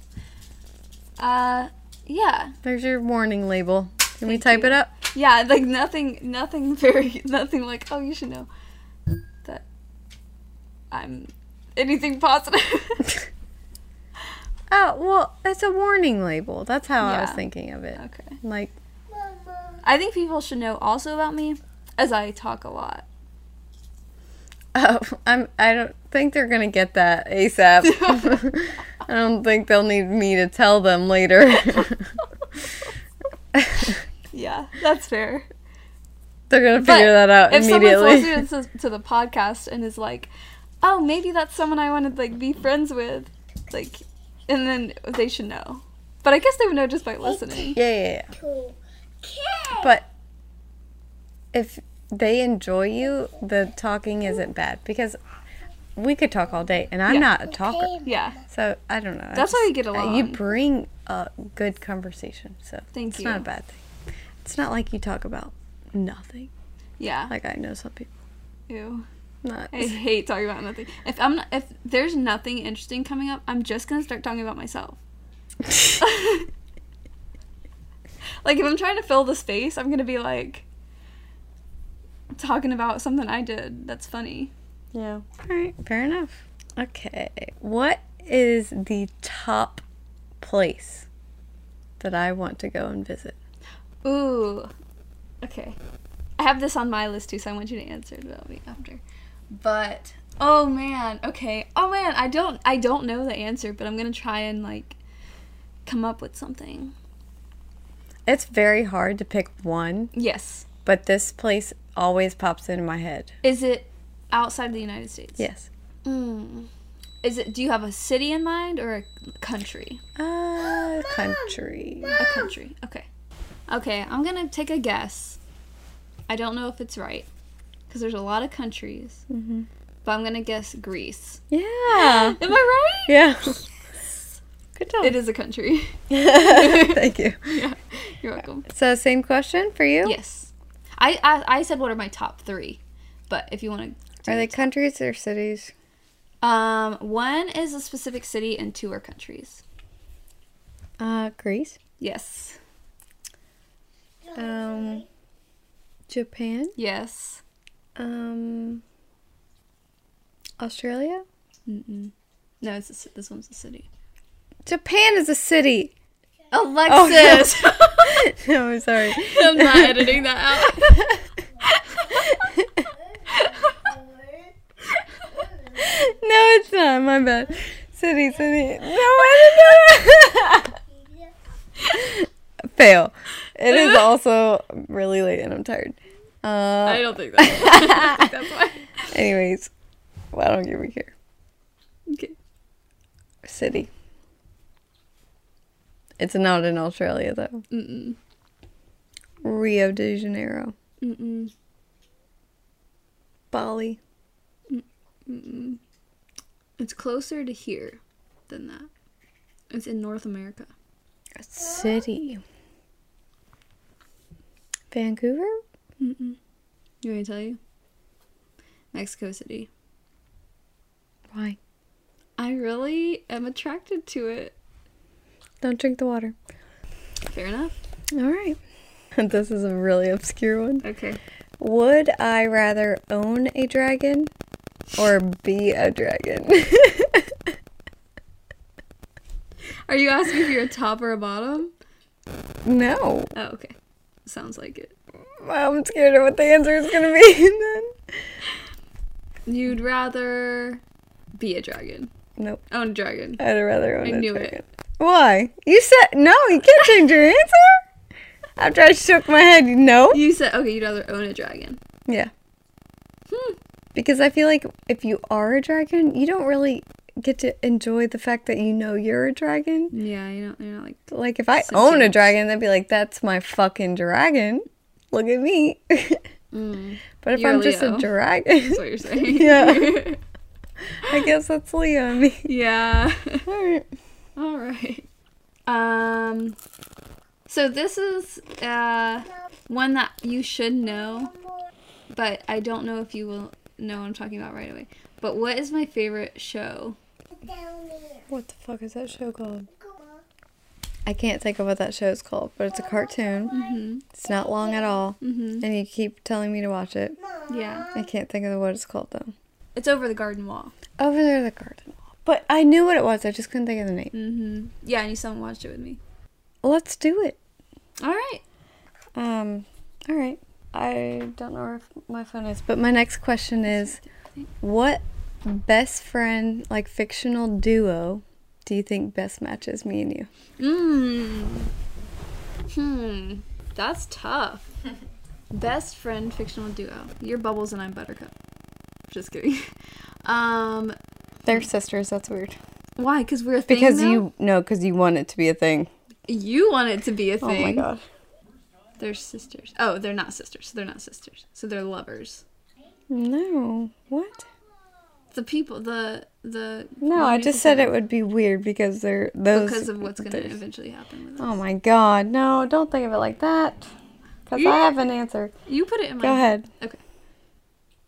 S2: Uh yeah.
S1: There's your warning label. Can we type
S2: Thank you.
S1: it up?
S2: Yeah, like nothing nothing very nothing like, oh you should know that I'm anything positive.
S1: Oh, well, it's a warning label. That's how I was
S2: Yeah.
S1: thinking of it.
S2: okay.
S1: Like,
S2: I think people should know also about me, as I talk a lot.
S1: oh, I'm, I don't think they're going to get that ASAP. I don't think they'll need me to tell them later.
S2: Yeah, that's fair.
S1: They're gonna figure that out
S2: if
S1: immediately.
S2: someone's listening to, to the podcast and is like, "Oh, maybe that's someone I want to like be friends with," like, and then they should know. But I guess they would know just by listening.
S1: yeah, yeah, yeah.
S3: Okay.
S1: But if they enjoy you, the talking isn't bad because we could talk all day, and I'm
S2: Yeah.
S1: not a talker,
S2: Yeah,
S1: so I don't know. I
S2: that's why
S1: just- uh,
S2: we get along.
S1: You bring a good conversation, so
S2: Thank
S1: it's
S2: you.
S1: not a bad thing. It's not like you talk about nothing.
S2: yeah.
S1: Like I know some people.
S2: Ew.
S1: Not.
S2: I hate talking about nothing. If I'm not, if there's nothing interesting coming up, I'm just gonna start talking about myself. like if I'm trying to fill the space, I'm gonna be like talking about something I did that's funny.
S1: yeah. All right. Fair enough. Okay. What is the top place that I want to go and visit?
S2: Ooh. Okay. I have this on my list too, so I want you to answer it about me after. But oh man, okay. Oh man, I don't I don't know the answer, but I'm gonna try and like come up with something.
S1: It's very hard to pick one,
S2: Yes.
S1: but this place always pops into my head.
S2: Is it outside the United States?
S1: Yes.
S2: Mm. Is it? Do you have a city in mind or a country?
S1: Uh, country.
S2: A country. Okay. Okay, I'm gonna take a guess. I don't know if it's right because there's a lot of countries,
S1: Mhm.
S2: but I'm gonna guess Greece.
S1: Yeah.
S2: Am I right?
S1: Yeah. Good job.
S2: It is a country.
S1: Thank you.
S2: yeah. You're welcome.
S1: So, same question for you.
S2: Yes. I, I I said what are my top three, but if you want to,
S1: Are they countries or cities?
S2: Um, one is a specific city and two are countries.
S1: Uh, Greece.
S2: Yes.
S1: Um, Japan.
S2: Yes.
S1: Um, Australia.
S2: Mm-mm. No, it's a, ci- this one's a city.
S1: Japan is a city.
S2: Oh, Alexis,
S1: no, I'm sorry.
S2: I'm not editing that out.
S1: No, it's not. My bad. City, city. No, I didn't know. that. Fail. It is also really late and I'm tired.
S2: I
S1: Uh,
S2: don't think that's, I don't think that's why.
S1: anyways, well, I don't give a care.
S2: Okay.
S1: City. It's not in Australia though.
S2: Mm-mm.
S1: Rio de Janeiro,
S2: Mm-mm.
S1: Bali.
S2: Mm-mm. It's closer to here than that. It's in North America.
S1: A city. Vancouver?
S2: Mm-mm. You want me to tell you? Mexico City.
S1: Why?
S2: I really am attracted to it.
S1: Don't drink the water.
S2: Fair enough.
S1: All right. This is a really obscure one.
S2: Okay.
S1: Would I rather own a dragon or be a dragon?
S2: Are you asking if you're a top or a bottom?
S1: no.
S2: Oh, okay. Sounds like it.
S1: I'm scared of what the answer is going to be then.
S2: You'd rather be a dragon.
S1: Nope.
S2: Own a dragon.
S1: I'd rather own
S2: I
S1: a
S2: knew
S1: dragon.
S2: it.
S1: Why? You said no, you can't change your answer. After I shook my head, no.
S2: You said, okay, you'd rather own a dragon.
S1: Yeah.
S2: Hmm.
S1: Because I feel like if you are a dragon, you don't really get to enjoy the fact that you know you're a dragon.
S2: Yeah, you don't, you're not like,
S1: Like if I
S2: Since
S1: own a
S2: it's-
S1: dragon, that'd be like, that's my fucking dragon. Look at me. but
S2: mm.
S1: if
S2: You're
S1: I'm just
S2: Leo.
S1: a dragon,
S2: That's what you're saying.
S1: Yeah. I guess that's Leo and me.
S2: yeah.
S1: All right.
S2: All right. Um. So this is uh one that you should know, but I don't know if you will know what I'm talking about right away. But what is my favorite show?
S1: What the fuck is that show called? I can't think of what that show's called, but it's a cartoon.
S2: Mhm.
S1: It's not long at all,
S2: Mhm.
S1: and you keep telling me to watch it.
S2: Yeah.
S1: I can't think of what it's called though.
S2: It's over the garden wall.
S1: Over there, in the garden. wall. But I knew what it was. I just couldn't think of the name.
S2: Mhm. Yeah, and you still haven't watched it with me.
S1: Let's do it.
S2: All right.
S1: Um. All right. I don't know where f- my phone is, but my next question is, what best friend, like fictional duo, do you think best matches me and you?
S2: Mm. Hmm. That's tough. Best friend fictional duo. You're Bubbles and I'm Buttercup. Just kidding. Um.
S1: They're sisters. That's weird.
S2: Why? Because we're a thing.
S1: Because
S2: now?
S1: you no, because you want it to be a thing.
S2: You want it to be a
S1: Oh
S2: thing.
S1: my god.
S2: They're sisters. Oh, they're not sisters. They're not sisters. So they're lovers.
S1: No. What?
S2: The people. The the.
S1: No, I
S2: Lonely
S1: just said it
S2: Society-
S1: would be weird because they're those.
S2: because of what's gonna
S1: there's-
S2: eventually happen with us.
S1: Oh my god. No, don't think of it like that. Because I
S2: Yeah.
S1: have an answer.
S2: You put it in my.
S1: Go ahead.
S2: Okay.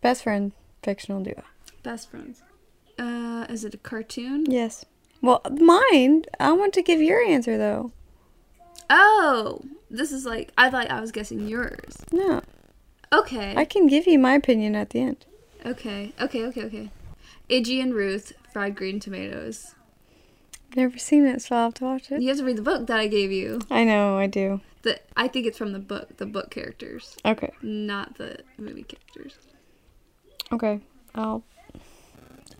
S1: Best friend, fictional duo.
S2: Best friends. Uh, is it a cartoon?
S1: Yes. Well, mine. I want to give your answer though.
S2: Oh, this is like I thought I was guessing yours.
S1: No,
S2: Okay.
S1: I can give you my opinion at the end.
S2: Okay. Okay. Okay. Okay. Iggy and Ruth fried green tomatoes.
S1: Never seen it, so I'll have to watch it.
S2: You have to read the book that I gave you.
S1: I know, I do.
S2: The I think it's from the book, the book characters,
S1: Okay.
S2: not the movie characters.
S1: Okay. I'll.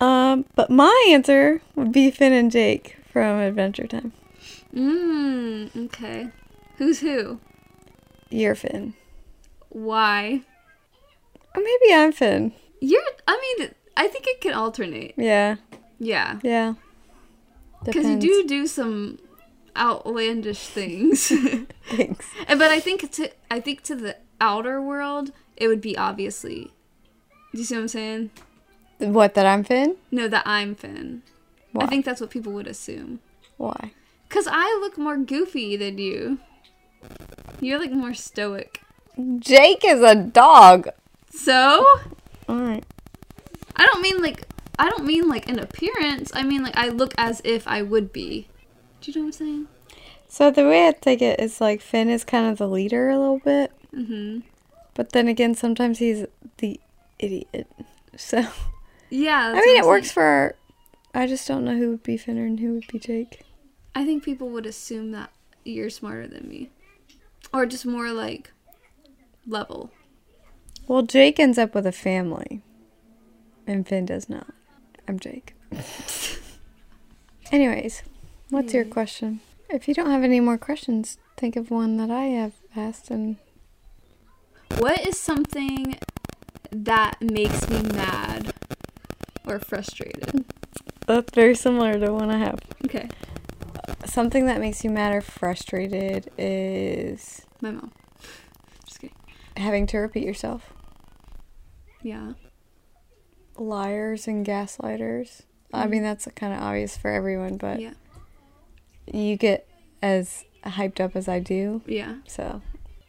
S1: Um, but my answer would be Finn and Jake from Adventure Time.
S2: Mmm, okay. Who's who?
S1: You're Finn.
S2: Why?
S1: Or maybe I'm Finn.
S2: You're, I mean, I think it can alternate.
S1: Yeah.
S2: Yeah.
S1: Yeah.
S2: Because you do do some outlandish things. And-
S1: Thanks.
S2: but I think to, I think to the outer world, it would be obviously. Do you see what I'm saying?
S1: What, that I'm Finn?
S2: No, that I'm Finn.
S1: Why?
S2: I think that's what people would assume.
S1: Why?
S2: Because I look more goofy than you. You're like more stoic.
S1: Jake is a dog.
S2: So?
S1: All right.
S2: I don't mean like I don't mean like an appearance. I mean like I look as if I would be. Do you know what I'm saying?
S1: So the way I take it is like Finn is kind of the leader a little bit,
S2: Mm-hmm.
S1: but then again, sometimes he's the idiot. So
S2: Yeah.
S1: I mean, it works for I just don't know who would be Finner and who would be Jake.
S2: I think people would assume that you're smarter than me, or just more like level.
S1: Well, Jake ends up with a family, and Finn does not. I'm Jake. Anyways, what's your
S2: Anyway.
S1: question? If you don't have any more questions, think of one that I have asked and
S2: What is something that makes me mad or frustrated?
S1: that's very similar to one I have.
S2: Okay,
S1: Something that makes you mad or frustrated is
S2: my mom. Just kidding.
S1: having to repeat yourself.
S2: Yeah.
S1: Liars and gaslighters. I
S2: Mhm.
S1: mean, that's kind of obvious for everyone, but
S2: Yeah.
S1: you get as hyped up as I do.
S2: Yeah.
S1: So,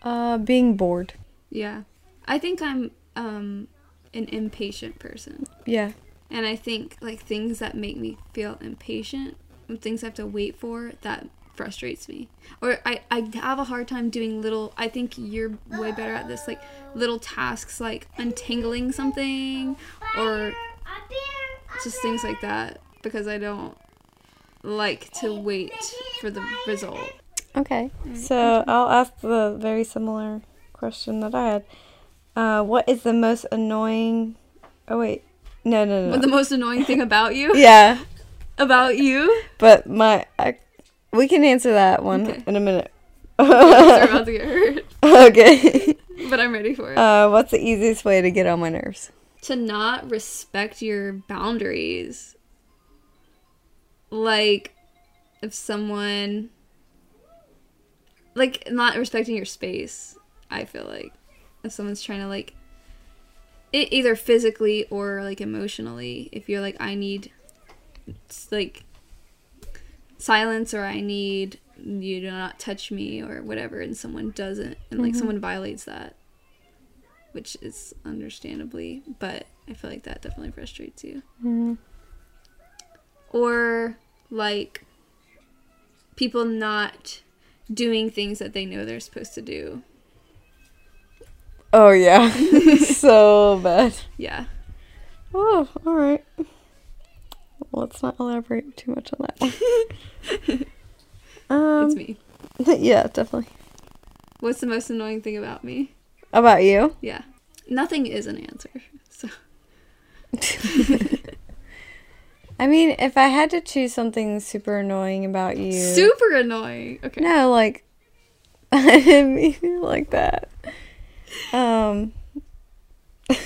S1: uh, being bored.
S2: Yeah. I think I'm um an impatient person.
S1: Yeah.
S2: And I think like things that make me feel impatient, things I have to wait for, that frustrates me. Or I, I have a hard time doing little I think you're way better at this, like little tasks like untangling something or just things like that because I don't like to wait for the result.
S1: Okay. So I'll ask the very similar question that I had. Uh, what is the most annoying? Oh wait, no, no, no.
S2: But the most annoying thing about you
S1: yeah,
S2: about you
S1: but my I, we can answer that one
S2: Okay.
S1: in a minute.
S2: Sorry about to get hurt.
S1: okay.
S2: But I'm ready for it.
S1: Uh, what's the easiest way to get on my nerves?
S2: to not respect your boundaries. Like, if someone, like, not respecting your space, I feel like. If someone's trying to, like, it either physically or, like, emotionally, if you're like, I need, s- like, silence or I need you to not touch me or whatever, and someone doesn't, and, like, someone violates that which is understandably, but I feel like that definitely frustrates you.
S1: Mhm.
S2: Or like people not doing things that they know they're supposed to do.
S1: Oh yeah, so bad.
S2: Yeah.
S1: Oh, all right. Let's not elaborate too much on that one. um,
S2: it's me.
S1: yeah, definitely.
S2: What's the most annoying thing about me?
S1: About you?
S2: Yeah. Nothing is an answer. So
S1: I mean, if I had to choose something super annoying about you,
S2: super annoying. Okay.
S1: no, like I didn't mean it like that. Um,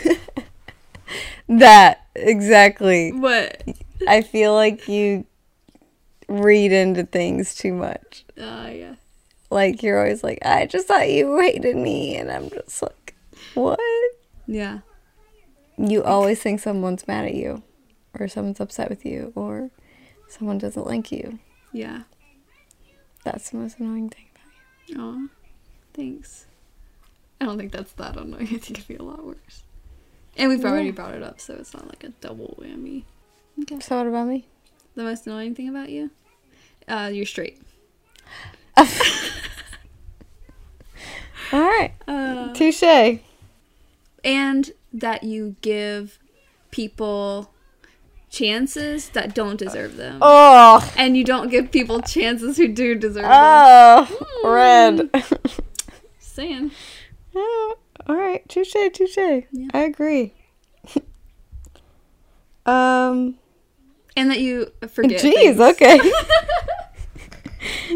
S1: that exactly.
S2: What?
S1: I feel like you read into things too much.
S2: Uh yeah.
S1: Like you're always like, I just thought you hated me, and I'm just like, what?
S2: Yeah.
S1: You always think someone's mad at you, or someone's upset with you, or someone doesn't like you.
S2: Yeah.
S1: That's the most annoying thing about
S2: Oh. Thanks. I don't think that's that annoying. I think it'd be a lot worse. And we've already
S1: Yeah.
S2: brought it up, so it's not like a double whammy.
S1: you. So what about me?
S2: The most annoying thing about you? Uh, you're straight.
S1: All right,
S2: Uh,
S1: touche.
S2: and that you give people chances that don't deserve them.
S1: Oh,
S2: And you don't give people chances who do deserve them.
S1: oh, red.
S2: Just saying.
S1: Oh, All right, touche, touche. I agree. um,
S2: And that you forget.
S1: jeez,
S2: things.
S1: okay.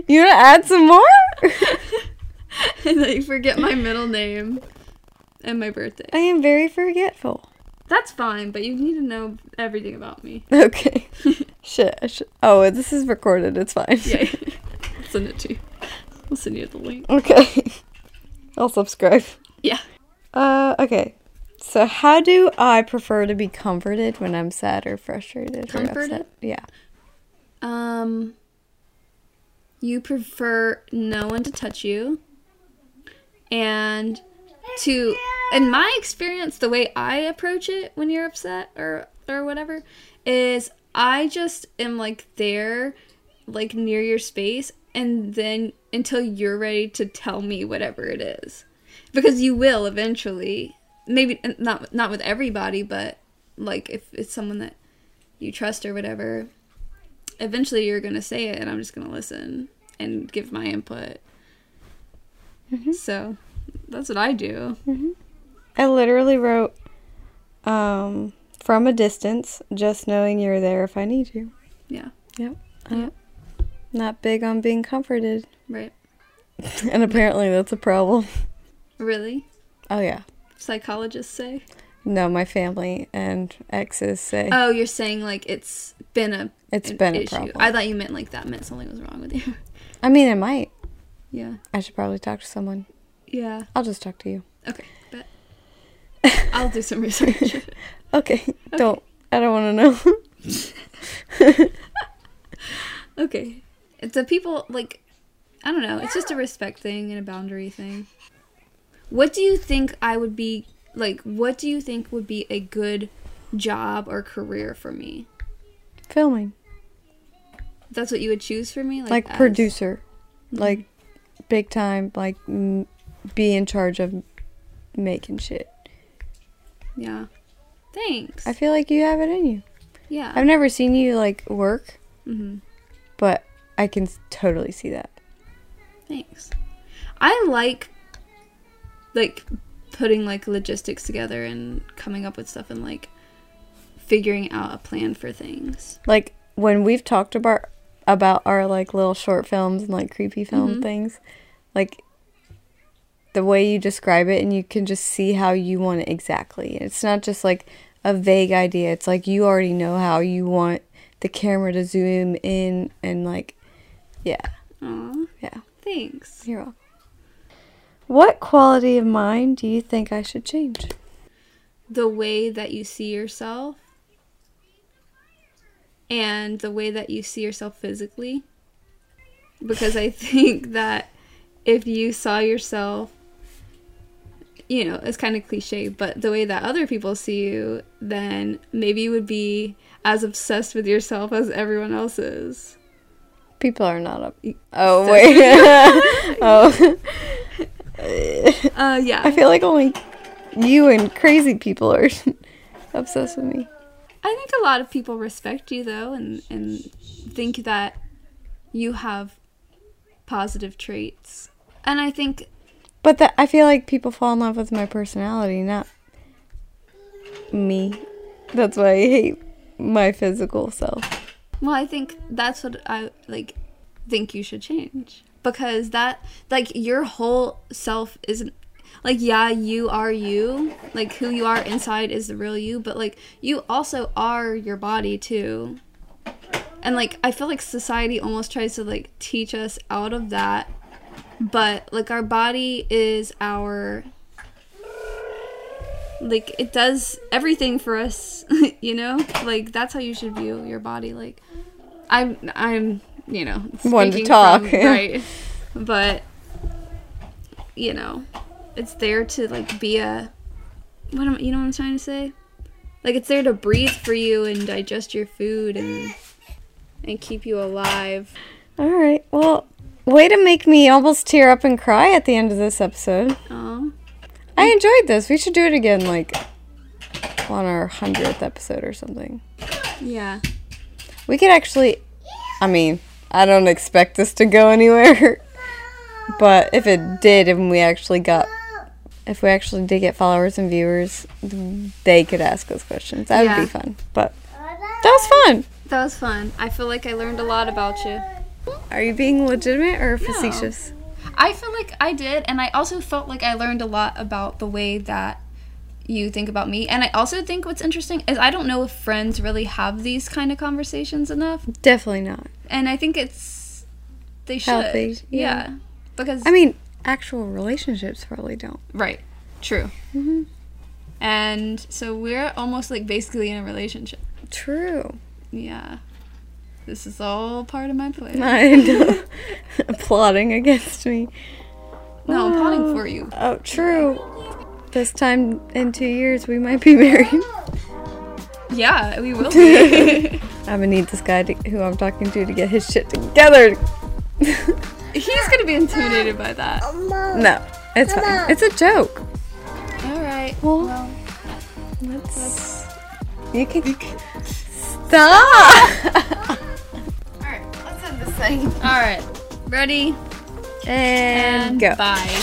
S1: you wanna add some more?
S2: and that you forget my middle name and my birthday.
S1: I am very forgetful.
S2: That's fine, but you need to know everything about me.
S1: Okay. Shit. I should- Oh, this is recorded. It's fine.
S2: Yeah. I'll send it to you. I'll send you the link.
S1: Okay. I'll subscribe.
S2: Yeah.
S1: Uh, okay. So, how do I prefer to be comforted when I'm sad or frustrated or
S2: Comforted?
S1: upset? Yeah.
S2: Um, you prefer no one to touch you, and to, in my experience, the way I approach it when you're upset or or whatever, is I just am like there, like near your space, and then until you're ready to tell me whatever it is, because you will eventually. Maybe not not with everybody, but like if it's someone that you trust or whatever, eventually you're going to say it and I'm just going to listen and give my input.
S1: Mm-hmm.
S2: So that's what I do.
S1: I literally wrote um, from a distance, just knowing you're there if I need you.
S2: Yeah.
S1: Yep. Not big on being comforted.
S2: Right.
S1: and apparently that's a problem.
S2: Really?
S1: Oh, yeah.
S2: Psychologists say?
S1: No, my family and exes say
S2: Oh, you're saying like it's been a
S1: it's
S2: an
S1: been a
S2: issue.
S1: problem.
S2: I thought you meant like that meant something was wrong with you.
S1: I mean, it might.
S2: yeah.
S1: I should probably talk to someone.
S2: Yeah.
S1: I'll just talk to you.
S2: Okay. But I'll do some research.
S1: Okay. Don't. I don't want to know.
S2: okay. It's a people like I don't know, it's just a respect thing and a boundary thing. What do you think I would be like what do you think would be a good job or career for me?
S1: Filming.
S2: That's what you would choose for me?
S1: Like
S2: as- Mm-hmm.
S1: producer. Like big time. Like m- be in charge of making shit.
S2: Yeah. Thanks.
S1: I feel like you have it in you.
S2: yeah.
S1: I've never seen you like work,
S2: mm-hmm.
S1: but I can s- totally see that.
S2: Thanks. I like like putting like logistics together and coming up with stuff and like figuring out a plan for things.
S1: Like when we've talked about about our like little short films and like creepy film
S2: Mhm.
S1: things, like the way you describe it and you can just see how you want it exactly. It's not just like a vague idea. It's like you already know how you want the camera to zoom in and like yeah,
S2: Aw.
S1: Yeah.
S2: Thanks.
S1: you're welcome. What quality of mine do you think I should change?
S2: The way that you see yourself and the way that you see yourself physically. Because I think that if you saw yourself you know, it's kind of cliche, but the way that other people see you, then maybe you would be as obsessed with yourself as everyone else is.
S1: People are not up. Oh wait. oh.
S2: Uh, yeah.
S1: I feel like only you and crazy people are obsessed with me.
S2: I think a lot of people respect you though, and and think that you have positive traits. And I think
S1: But that I feel like people fall in love with my personality, not me. That's why I hate my physical self.
S2: well, I think that's what I like think you should change because that like your whole self isn't like yeah, you are you. Like who you are inside is the real you, but like you also are your body too. And like I feel like society almost tries to like teach us out of that. But like our body is our like it does everything for us, you know? Like that's how you should view your body like I'm I'm you know
S1: One to
S2: speaking
S1: talk,
S2: from-
S1: yeah.
S2: right but you know it's there to like be a what am you know what I'm trying to say like it's there to breathe for you and digest your food and and keep you alive
S1: All right. Well, way to make me almost tear up and cry at the end of this episode.
S2: oh
S1: I enjoyed this. We should do it again, like on our hundredth episode or something.
S2: yeah
S1: We could actually. I mean, I don't expect this to go anywhere. But if it did, and we actually got. If we actually did get followers and viewers, they could ask us questions. That would
S2: Yeah.
S1: be fun. But that was fun.
S2: that was fun i feel like i learned a lot about you
S1: Are you being legitimate or facetious?
S2: i feel like i did and i also felt like i learned a lot about the way that you think about me and i also think what's interesting is i don't know if friends really have these kind of conversations enough
S1: Definitely not.
S2: and i think it's they should
S1: Healthy,
S2: yeah. because
S1: I mean, actual relationships probably don't.
S2: Right. True.
S1: Mm-hmm.
S2: And so we're almost like basically in a relationship.
S1: True.
S2: Yeah. This is all part of my plan.
S1: I know. Plotting against me.
S2: No, I'm plotting for you.
S1: Oh, true. This time in two years, we might be married.
S2: Yeah, we will be.
S1: I'm gonna need this guy to, who I'm talking to to get his shit together.
S2: He's gonna be intimidated by that.
S1: No, it's fine. It's a joke.
S2: All right.
S1: Well, let's. You can Stop!
S2: Alright, let's end this thing.
S1: Alright,
S2: Ready?
S1: and, go.
S2: Bye.